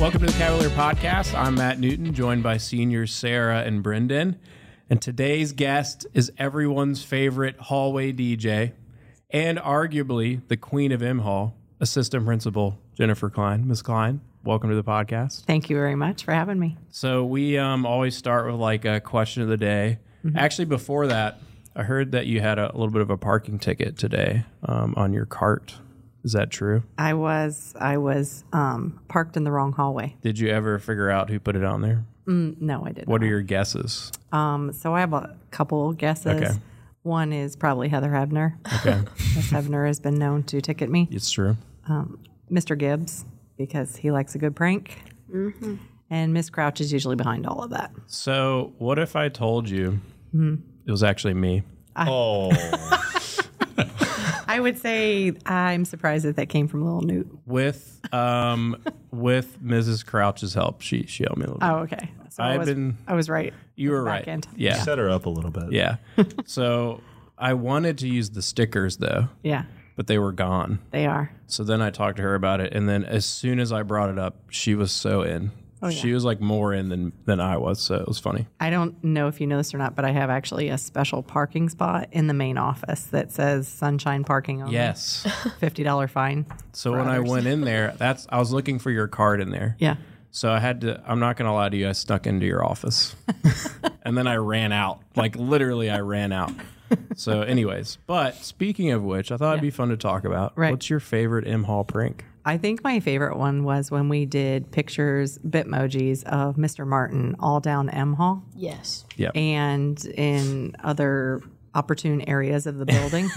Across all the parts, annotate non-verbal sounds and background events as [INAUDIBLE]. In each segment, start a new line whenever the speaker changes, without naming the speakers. Welcome to the Cavalier Podcast. I'm Matt Newton, joined by seniors Sarah and Brendan. And today's guest is everyone's favorite hallway DJ and arguably the queen of M Hall, assistant principal Jennifer Klein. Ms. Klein, welcome to the podcast.
Thank you very much for having me.
So we um, always start with like a question of the day. Actually, before that, I heard that you had a, little bit of a parking ticket today um, on your cart. Is that true?
I was I was um, parked in the wrong hallway.
Did you ever figure out who put it on there?
No, I didn't.
What are your guesses?
Um, so I have a couple guesses.
Okay.
One is probably Heather Hebner. Okay. [LAUGHS] Miss Hebner has been known to ticket me.
It's true.
Mr. Gibbs because he likes a good prank. Mm-hmm. And Miss Crouch is usually behind all of that.
So, what if I told you it was actually me?
Oh,
I would say I'm surprised that that came from Little Newt.
With
[LAUGHS]
um, with Mrs. Crouch's help, she she helped me a little. bit.
Oh, okay. So I
I've
was,
been-
I was right.
you were
Oh, back
right.
end.
Yeah,
set her up a little
[LAUGHS]
bit.
yeah. so I wanted to use the stickers though,
Yeah,
but they were gone.
they are.
So then I talked to her about it, and then as soon as I brought it up, she was so in.
Oh, yeah.
She was like more in than than I was, so it was funny.
I don't know if you know this or not, but I have actually a special parking spot in the main office that says sunshine parking only.
Yes.
Fifty dollar fine.
So when I went in there, that's I was looking for your card in there.
Yeah.
So I had to. I'm not gonna lie to you. I snuck into your office, and then I ran out. Like literally, I ran out. So, anyways, but speaking of which, I thought it'd be fun to talk about.
Right.
What's your favorite M Hall prank?
I think my favorite one was when we did pictures, bitmojis of Mr. Martin all down M Hall
Yes.
Yeah.
and in other opportune areas of the building.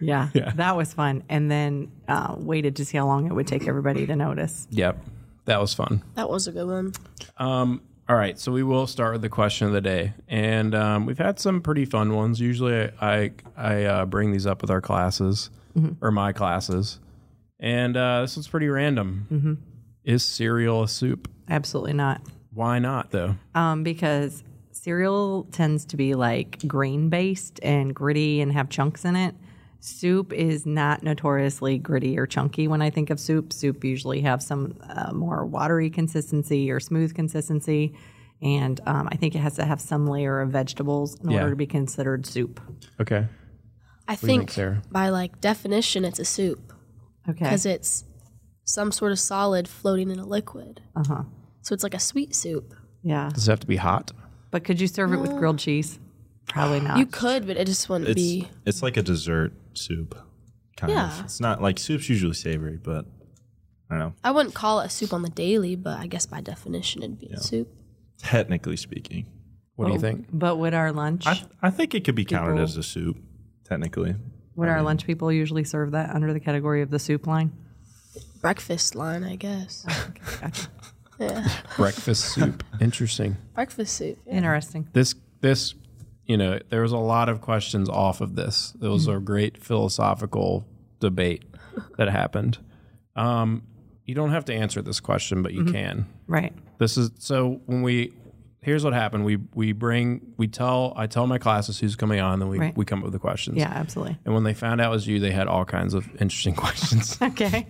yeah. yeah. That was fun. And then uh, waited to see how long it would take everybody to notice.
Yep. That was fun.
That was a good one.
All right, so we will start with the question of the day, and um, we've had some pretty fun ones. Usually, I I uh, bring these up with our classes or my classes, and uh, this one's pretty random. Is cereal a soup?
Absolutely not.
Why not though?
um, because cereal tends to be like grain based and gritty and have chunks in it. Soup is not notoriously gritty or chunky when I think of soup. Soup usually have some uh, more watery consistency or smooth consistency. And um, I think it has to have some layer of vegetables in
Yeah.
order to be considered soup.
Okay,
I
you think,
think
Sarah?
by like definition, it's a soup
Okay.
because it's some sort of solid floating in a liquid. Uh huh. So it's like a sweet soup.
yeah.
does it have to be hot?
But could you serve it with grilled cheese? Probably not.
Mm. You could, but it just wouldn't
it's
be.
it's like a dessert soup, kind
Yeah.
of. It's not like soup's usually savory, but I don't know.
I wouldn't call it a soup on the daily, but I guess by definition, it'd be a soup.
Technically speaking,
What
Oh.
do you think?
but would our lunch
I I think it could be counted
People-
as a soup. Technically,
would our lunch people usually serve that under the category of the soup line?
Breakfast line, I guess. yeah.
Breakfast soup.
[LAUGHS]
Interesting.
Breakfast soup. Yeah.
Interesting.
This this you know there was a lot of questions off of this. It was a great philosophical debate that happened. Um, you don't have to answer this question, but you
Mm-hmm.
can.
Right.
This is so when we here's what happened. We we bring we tell I tell my classes who's coming on, then we
Right.
we come up with the questions.
Yeah, absolutely.
And when they found out it was you, they had all kinds of interesting [LAUGHS]
[LAUGHS]
questions.
Okay.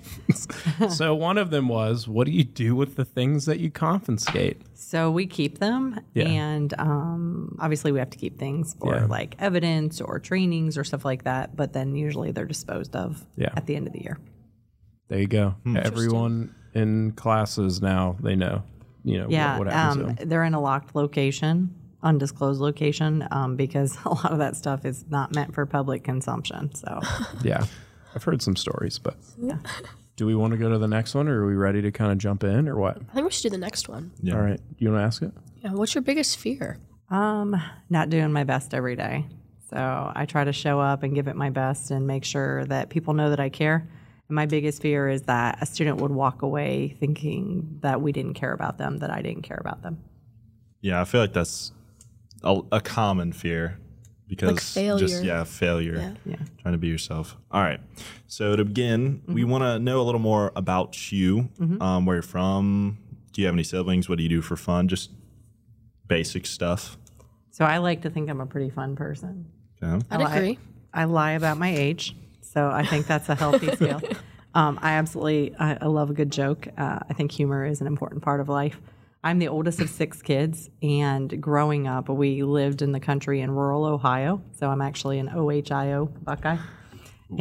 so one of them was, what do you do with the things that you confiscate?
So we keep them,
Yeah.
and um, obviously we have to keep things for
Yeah.
like evidence or trainings or stuff like that. But then usually they're disposed of
Yeah.
at the end of the year.
There you go. Everyone in classes now they know. You know
Yeah,
what, what happens to
um,
them.
they're in a locked location, undisclosed location, um, because [LAUGHS] a lot of that stuff is not meant for public consumption. So
Yeah, I've heard some stories, but do we want to go to the next one, or are we ready to kind of jump in, or what?
I think we should do the next one.
Yeah.
All right, you want to ask it?
Yeah, what's your biggest fear?
Um, not doing my best every day. So I try to show up and give it my best and make sure that people know that I care. And my biggest fear is that a student would walk away thinking that we didn't care about them, that I didn't care about them.
yeah, I feel like that's a, a common fear because
failure.
Just, yeah, failure.
Yeah.
Trying to be yourself. All right. So to begin, we want to know a little more about you, um, where you're from. Do you have any siblings? What do you do for fun? Just basic stuff.
So I like to think I'm a pretty fun person.
Okay.
I'd
I-
agree.
I lie about my age, so I think that's a healthy skill. Um, I absolutely I, I love a good joke. Uh, I think humor is an important part of life. I'm the oldest of six kids, and growing up, we lived in the country in rural Ohio. So I'm actually an OHIO Buckeye,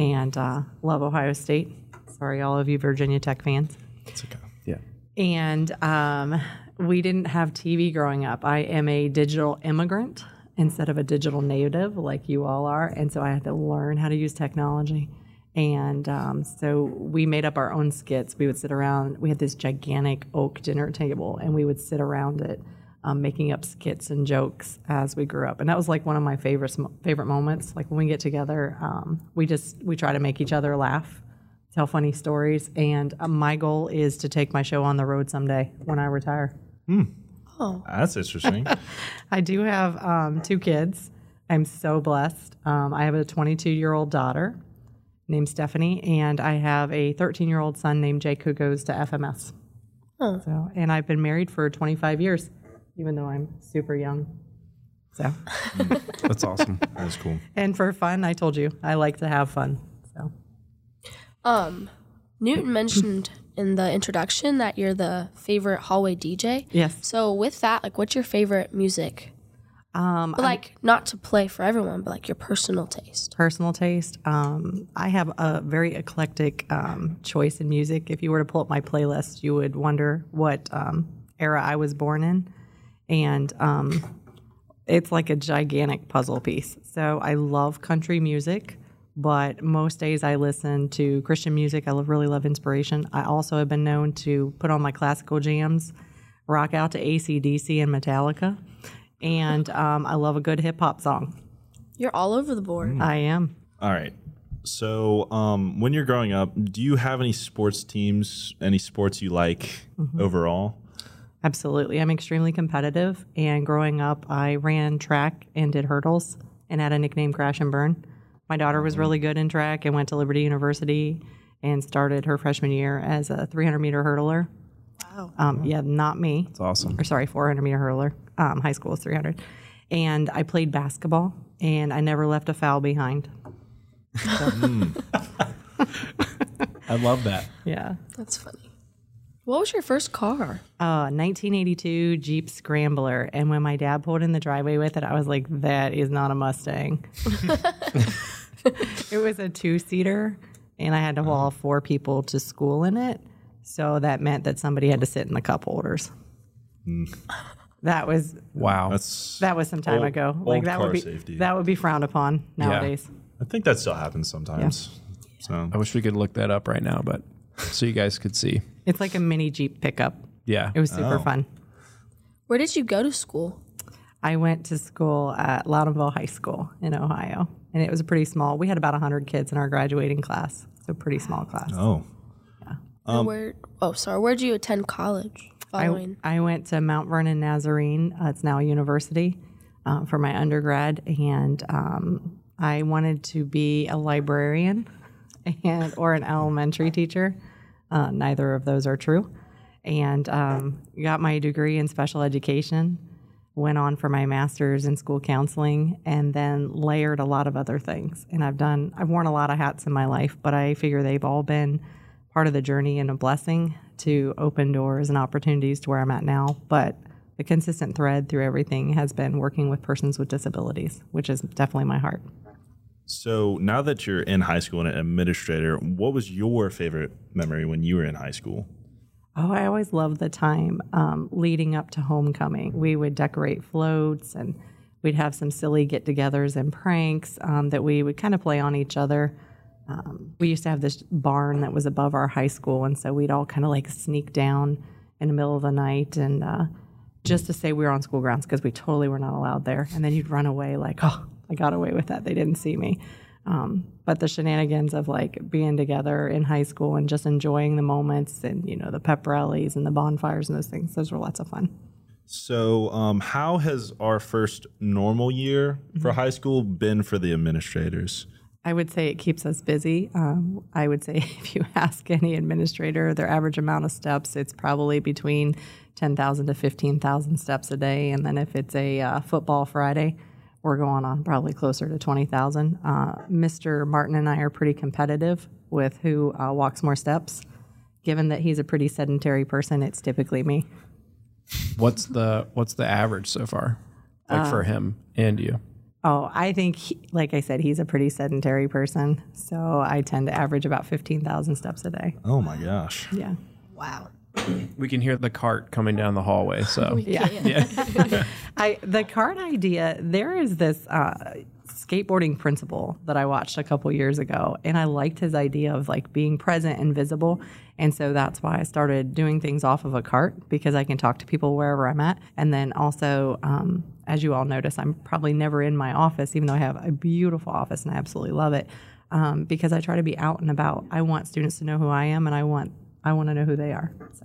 and uh, love Ohio State. Sorry, all of you Virginia Tech fans
It's okay.
Yeah.
and um, we didn't have TV growing up. I am a digital immigrant instead of a digital native like you all are, and so I had to learn how to use technology. And um, so we made up our own skits. We would sit around. We had this gigantic oak dinner table, and we would sit around it, um, making up skits and jokes as we grew up. And that was like one of my favorite favorite moments. Like when we get together, um, we just we try to make each other laugh tell funny stories. And uh, my goal is to take my show on the road someday when I retire.
That's interesting.
I do have um, two kids. I'm so blessed. Um, I have a 22 year old daughter named Stephanie, and I have a 13 year old son named Jake who goes to FMS.
Oh.
So, and I've been married for 25 years, even though I'm super young. So,
That's awesome.
That's cool.
and for fun, I told you I like to have fun. So,
Um, Newton mentioned in the introduction that you're the favorite hallway DJ.
yes.
So with that, like, what's your favorite music?
Um,
But, like, not to play for everyone, but like your personal taste.
personal taste. Um, I have a very eclectic um, choice in music. If you were to pull up my playlist, you would wonder what um, era I was born in. And um, it's like a gigantic puzzle piece. So I love country music, but most days I listen to Christian music. I love, really love inspiration. I also have been known to put on my classical jams, rock out to ACDC and Metallica. And um, I love a good hip hop song.
You're all over the board.
I am.
All right. So, um, when you're growing up, do you have any sports teams, any sports you like overall?
Absolutely. I'm extremely competitive. And growing up, I ran track and did hurdles and had a nickname Crash and Burn. My daughter was really good in track and went to Liberty University and started her freshman year as a 300 meter hurdler. Wow. Um, yeah, not me.
It's awesome.
Or sorry, 400 meter hurdler. Um, high school is 300. And I played basketball and I never left a foul behind.
I love that.
Yeah.
That's funny. What was your first car?
Uh, 1982 Jeep Scrambler. And when my dad pulled in the driveway with it, I was like, that is not a Mustang. it was a two seater, and I had to haul four people to school in it. So that meant that somebody had to sit in the cup holders. That was
Wow.
That's
that was some time
Mm. Old-
ago.
old
Like that
car
would be
safety.
that would be frowned upon nowadays.
I think that still happens sometimes. So,
I wish we could look that up right now, but so you guys could see.
It's like a mini Jeep pickup.
Yeah.
It was super
Oh.
fun.
Where did you go to school?
I went to school at Loudonville High School in Ohio, and it was pretty small. We had about 100 kids in our graduating class, so pretty small class.
oh,
And where? Oh, sorry. Where did you attend college?
I,
Following.
I went to Mount Vernon Nazarene, uh, it's now a university, uh, for my undergrad, and um, I wanted to be a librarian [LAUGHS] and or an elementary teacher. Uh, neither of those are true. And um, got my degree in special education, went on for my master's in school counseling, and then layered a lot of other things. And I've done, I've worn a lot of hats in my life, but I figure they've all been part of the journey and a blessing to open doors and opportunities to where I'm at now. But the consistent thread through everything has been working with persons with disabilities, which is definitely my heart.
so now that you're in high school and an administrator, what was your favorite memory when you were in high school?
Oh, I always loved the time um, leading up to homecoming. We would decorate floats and we'd have some silly get togethers and pranks um, that we would kind of play on each other. Um, we used to have this barn that was above our high school, and so we'd all kind of like sneak down in the middle of the night and uh, just to say we were on school grounds because we totally were not allowed there. And then you'd run away like, oh, I got away with that. They didn't see me. Um, but the shenanigans of like being together in high school and just enjoying the moments and, you know, the pep rallies and the bonfires and those things, those were lots of fun.
So, um, how has our first normal year for high school been for the administrators?
I would say it keeps us busy. Um, I would say [LAUGHS] if you ask any administrator their average amount of steps, it's probably between 10,000 to 15,000 steps a day. And then if it's a uh, football Friday, we're going on probably closer to 20,000. Uh, Mr. Martin and I are pretty competitive with who uh, walks more steps. Given that he's a pretty sedentary person, it's typically me.
What's the what's the average so far? Like
Uh,
for him and you.
Oh, I think, he, like I said, he's a pretty sedentary person. So I tend to average about 15,000 steps a day.
Oh my gosh.
Yeah.
Wow.
We can hear the cart coming down the hallway,
Oh,
so
Yeah.
I the cart idea. There is this uh, skateboarding principle that I watched a couple years ago, and I liked his idea of like being present and visible. And so that's why I started doing things off of a cart because I can talk to people wherever I'm at. And then also, um, as you all notice, I'm probably never in my office, even though I have a beautiful office and I absolutely love it. Um, because I try to be out and about. I want students to know who I am, and I want I want to know who they are. So.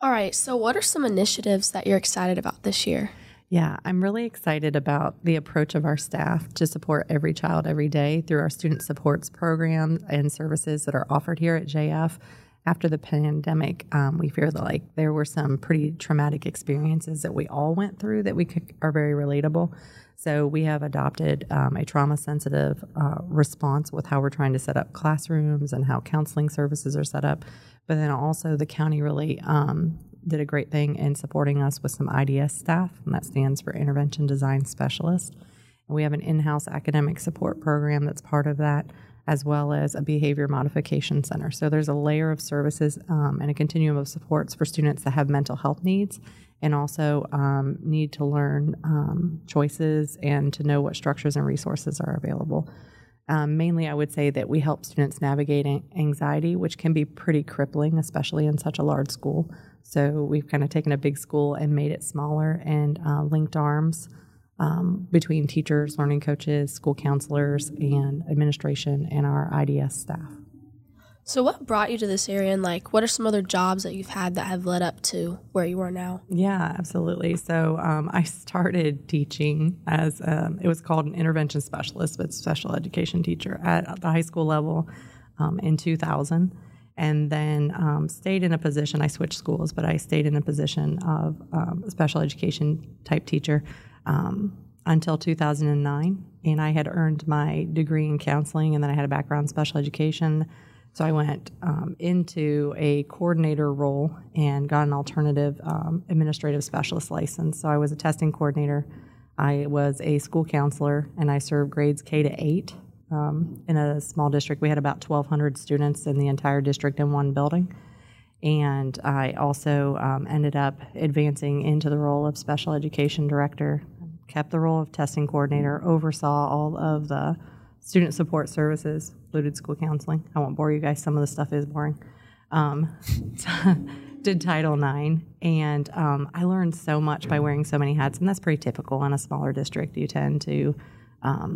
All right. So, what are some initiatives that you're excited about this year?
Yeah, I'm really excited about the approach of our staff to support every child every day through our student supports programs and services that are offered here at JF. After the pandemic, um, we fear that like there were some pretty traumatic experiences that we all went through that we could, are very relatable. So we have adopted um, a trauma sensitive uh, response with how we're trying to set up classrooms and how counseling services are set up. But then also the county really um, did a great thing in supporting us with some IDS staff, and that stands for Intervention Design Specialist. And we have an in house academic support program that's part of that, as well as a behavior modification center. So there's a layer of services um, and a continuum of supports for students that have mental health needs and also um, need to learn um, choices and to know what structures and resources are available. Um, mainly, I would say that we help students navigate an- anxiety, which can be pretty crippling, especially in such a large school. So we've kind of taken a big school and made it smaller and uh, linked arms um, between teachers, learning coaches, school counselors, and administration and our IDS staff.
So, what brought you to this area, and like, what are some other jobs that you've had that have led up to where you are now?
Yeah, absolutely. So um, I started teaching as um, it was called an intervention specialist, but special education teacher at the high school level um, in 2000. And then um, stayed in a position, I switched schools, but I stayed in a position of um, a special education type teacher um, until 2009. And I had earned my degree in counseling, and then I had a background in special education. So I went um, into a coordinator role and got an alternative um, administrative specialist license. So I was a testing coordinator, I was a school counselor, and I served grades K to eight um, in a small district. We had about 1,200 students in the entire district in one building. And I also um, ended up advancing into the role of special education director, kept the role of testing coordinator, oversaw all of the student support services, included school counseling. I won't bore you guys, some of the stuff is boring. Um, [LAUGHS] did Title IX, and um, I learned so much by wearing so many hats, and that's pretty typical in a smaller district. You tend to um,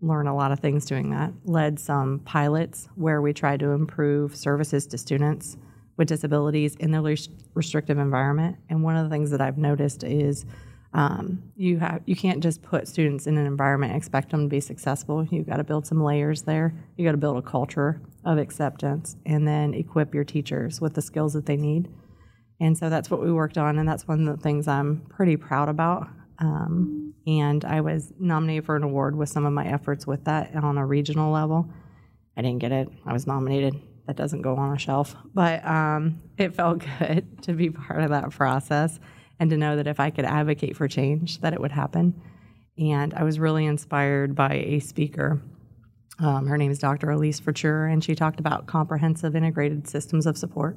learn a lot of things doing that. Led some pilots where we tried to improve services to students with disabilities in their res- restrictive environment. And one of the things that I've noticed is um, you have you can't just put students in an environment and expect them to be successful. You've got to build some layers there. You got to build a culture of acceptance, and then equip your teachers with the skills that they need. And so that's what we worked on, and that's one of the things I'm pretty proud about. Um, and I was nominated for an award with some of my efforts with that on a regional level. I didn't get it. I was nominated. That doesn't go on a shelf, but um, it felt [LAUGHS] good to be part of that process and to know that if I could advocate for change, that it would happen. And I was really inspired by a speaker um, her name is Dr. Elise Fertur, and she talked about comprehensive integrated systems of support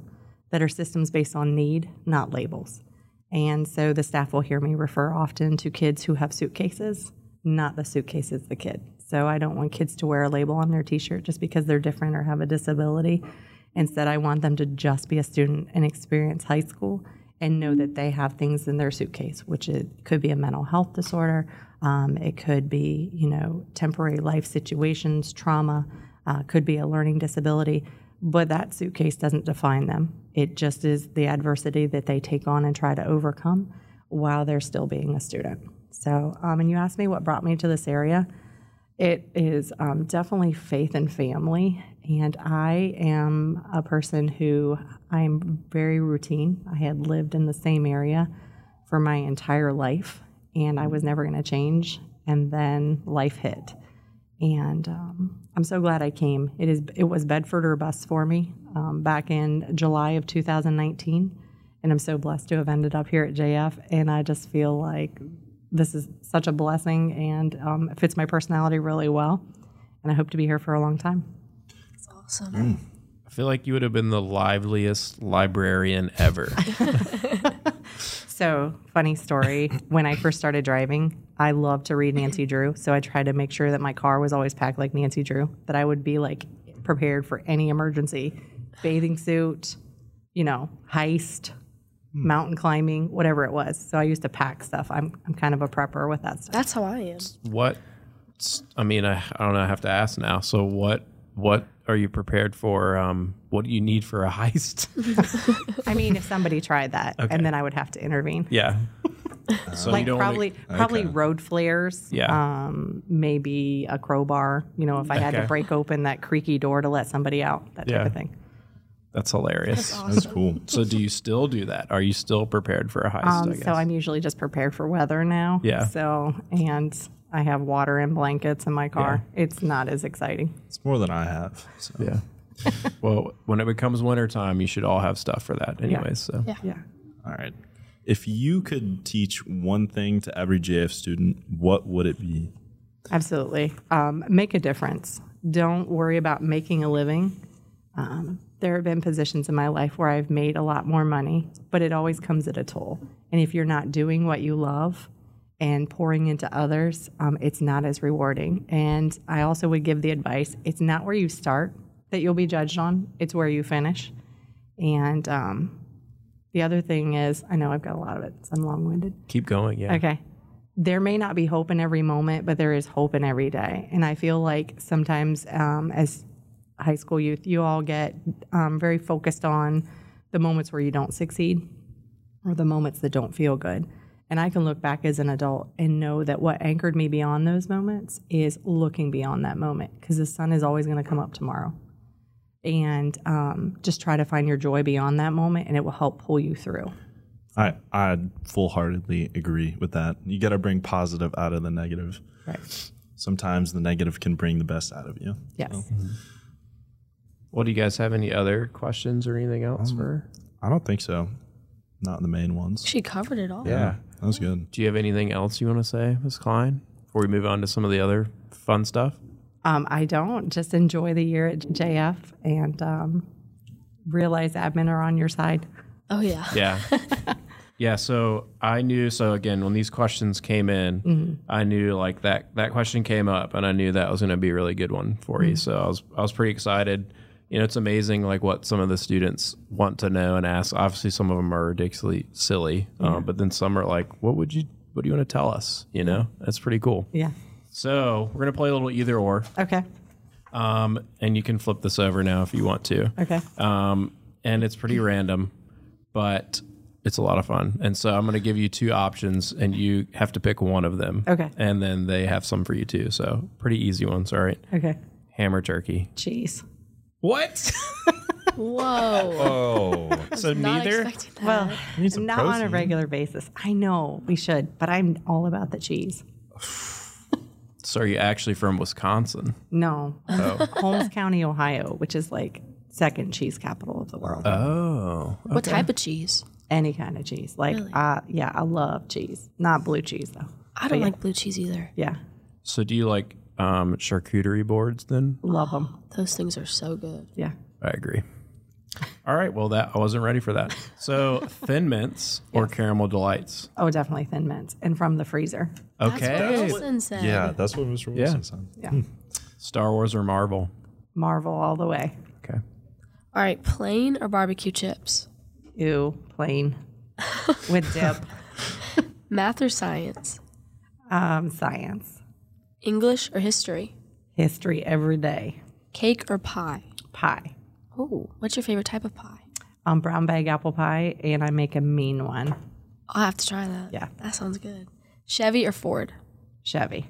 that are systems based on need, not labels. And so the staff will hear me refer often to kids who have suitcases, not the suitcase is the kid. So I don't want kids to wear a label on their t shirt just because they're different or have a disability. Instead, I want them to just be a student and experience high school and know that they have things in their suitcase, which it could be a mental health disorder, um, it could be you know temporary life situations, trauma, uh, could be a learning disability. But that suitcase doesn't define them. It just is the adversity that they take on and try to overcome while they're still being a student. So, um, and you asked me what brought me to this area. It is um, definitely faith and family. And I am a person who I'm very routine. I had lived in the same area for my entire life, and I was never going to change. and then life hit. And um, I'm so glad I came. It is it was Bedford or bust for me um, back in July of 2019, and I'm so blessed to have ended up here at JF. And I just feel like this is such a blessing, and um, it fits my personality really well. And I hope to be here for a long time.
It's awesome.
I feel like you would have been the liveliest librarian ever.
[LAUGHS] So, funny story. when I first started driving, I loved to read Nancy Drew. So, I tried to make sure that my car was always packed like Nancy Drew, that I would be like prepared for any emergency bathing suit, you know, heist,
Hmm.
mountain climbing, whatever it was. So, I used to pack stuff. I'm, I'm kind of a prepper with that stuff.
That's how I am.
what? I mean, I, I don't know. I have to ask now. So what? What are you prepared for? Um, what do you need for a [LAUGHS] heist?
I mean, if
[LAUGHS]
somebody tried that, and then I would have to intervene.
yeah. So
Uh, like probably probably road flares.
Yeah.
Um, maybe a crowbar. You know, if I had
Okay.
to break open that creaky door to let somebody out, that
Yeah.
type of thing.
That's hilarious.
That's cool.
So do you still do that? Are you still prepared for a heist? I
Um,
guess.
so I'm usually just prepared for weather now.
Yeah.
So and I have water and blankets in my car. It's not as exciting.
It's more than I have. So.
[LAUGHS]
yeah. well, when it becomes wintertime, you should all have stuff for that, anyways. So
Yeah.
Yeah.
All right. If you could teach one thing to every JF student, what would it be?
Absolutely. Um, make a difference. Don't worry about making a living. Um, there have been positions in my life where I've made a lot more money, but it always comes at a toll. And if you're not doing what you love and pouring into others, um, it's not as rewarding. And I also would give the advice it's not where you start that you'll be judged on, it's where you finish. And um, the other thing is, I know I've got a lot of it, so I'm long winded.
keep going. Yeah.
Okay. There may not be hope in every moment, but there is hope in every day. And I feel like sometimes um, as high school youth, you all get um, very focused on the moments where you don't succeed or the moments that don't feel good. And I can look back as an adult and know that what anchored me beyond those moments is looking beyond that moment because the sun is always going to come up tomorrow. And um, just try to find your joy beyond that moment, and it will help pull you through.
I I full heartedly agree with that. You got to bring positive out of the negative.
Right.
Sometimes the negative can bring the best out of you.
Yes.
Well, do you guys have any other questions or anything else for?
I don't think so. Not the main ones.
She covered it all.
Yeah.
That was good.
Do you have anything else you want to say, Ms. Klein, before we move on to some of the other fun stuff?
Um, I don't. Just enjoy the year at JF and um, realize admin are on your side.
Oh yeah.
Yeah. yeah. So I knew. So again, when these questions came in, I knew like that that question came up, and I knew that was going to be a really good one for you. So I was I was pretty excited. You know, it's amazing like what some of the students want to know and ask. Obviously, some of them are ridiculously silly, um, but then some are like, "What would you? What do you want to tell us?" You know, that's pretty cool.
Yeah.
So we're gonna play a little either or,
Okay.
um, and you can flip this over now if you want to
Okay.
Uh,
um, and it's pretty random, but it's a lot of fun. And so I'm going to give you two options, and you have to pick one of them.
Okay.
And then they have some for you too. So pretty easy ones. All right.
okay.
Hammer turkey.
Jeez.
What?
Whoa.
[LAUGHS]
Oh,
so
Not
neither.
expecting that.
Well, not
some
on a
protein.
regular basis. I know we should, but I'm all about the cheese.
[LAUGHS] So are you actually from Wisconsin?
No.
Oh.
[LAUGHS] Holmes County, Ohio, which is like second cheese capital of the world.
Uh.
Oh.
What type of cheese?
Any kind of cheese. Like, uh, yeah, I love cheese. Not blue cheese, though.
I don't like blue cheese either.
Yeah.
So do you like um, charcuterie boards then?
Love them. [GASPS]
Those things are so good.
Yeah.
I agree. All right. Well, that I wasn't ready for that. So thin mints or caramel delights.
Oh, definitely thin mints and from the freezer.
Okay.
That's what Wilson said.
yeah, that's what Mr. Wilson said.
Yeah.
Star Wars or Marvel?
Marvel all the way.
Okay.
All right, plain or barbecue chips?
Ew, plain with dip.
Math or science?
um, science,
English or history?
history every day,
Cake or pie?
pie,
Oh, what's your favorite type of pie?
um, brown bag apple pie, and I make a mean one.
I'll have to try that.
Yeah.
That sounds good. Chevy or Ford?
Chevy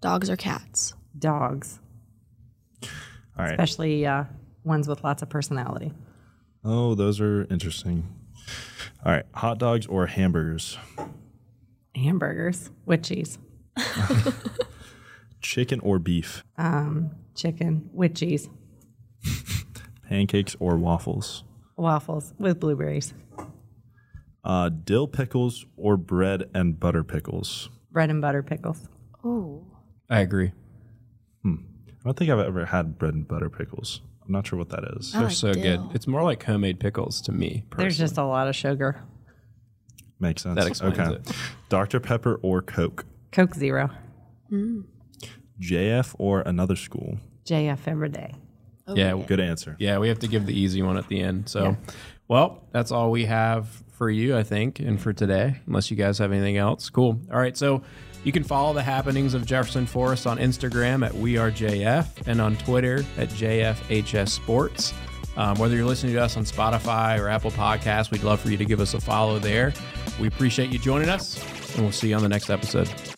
Dogs or cats?
dogs,
All right.
especially uh, ones with lots of personality.
Oh, those are interesting. All right, hot dogs or hamburgers?
Hamburgers with cheese.
Chicken or beef?
Chicken with cheese,
Pancakes or waffles?
waffles with blueberries,
Uh, dill pickles or bread and butter pickles?
bread and butter pickles.
Oh.
I agree.
I don't think I've ever had bread and butter pickles. I'm not sure what that is.
They're
like
so good.
dill.
It's more like homemade pickles to me.
There's just a lot of sugar.
Makes sense.
That explains it.
Dr. Pepper or Coke?
Coke Zero,
JF or another school?
JF every day.
yeah, w-
Good answer.
yeah. We have to give the easy one at the end. So, well, that's all we have for you, I think, and for today. Unless you guys have anything else, cool. All right, so you can follow the happenings of Jefferson Forest on Instagram at we are JF and on Twitter at JFHS Sports. Um, whether you're listening to us on Spotify or Apple Podcasts, we'd love for you to give us a follow there. We appreciate you joining us, and we'll see you on the next episode.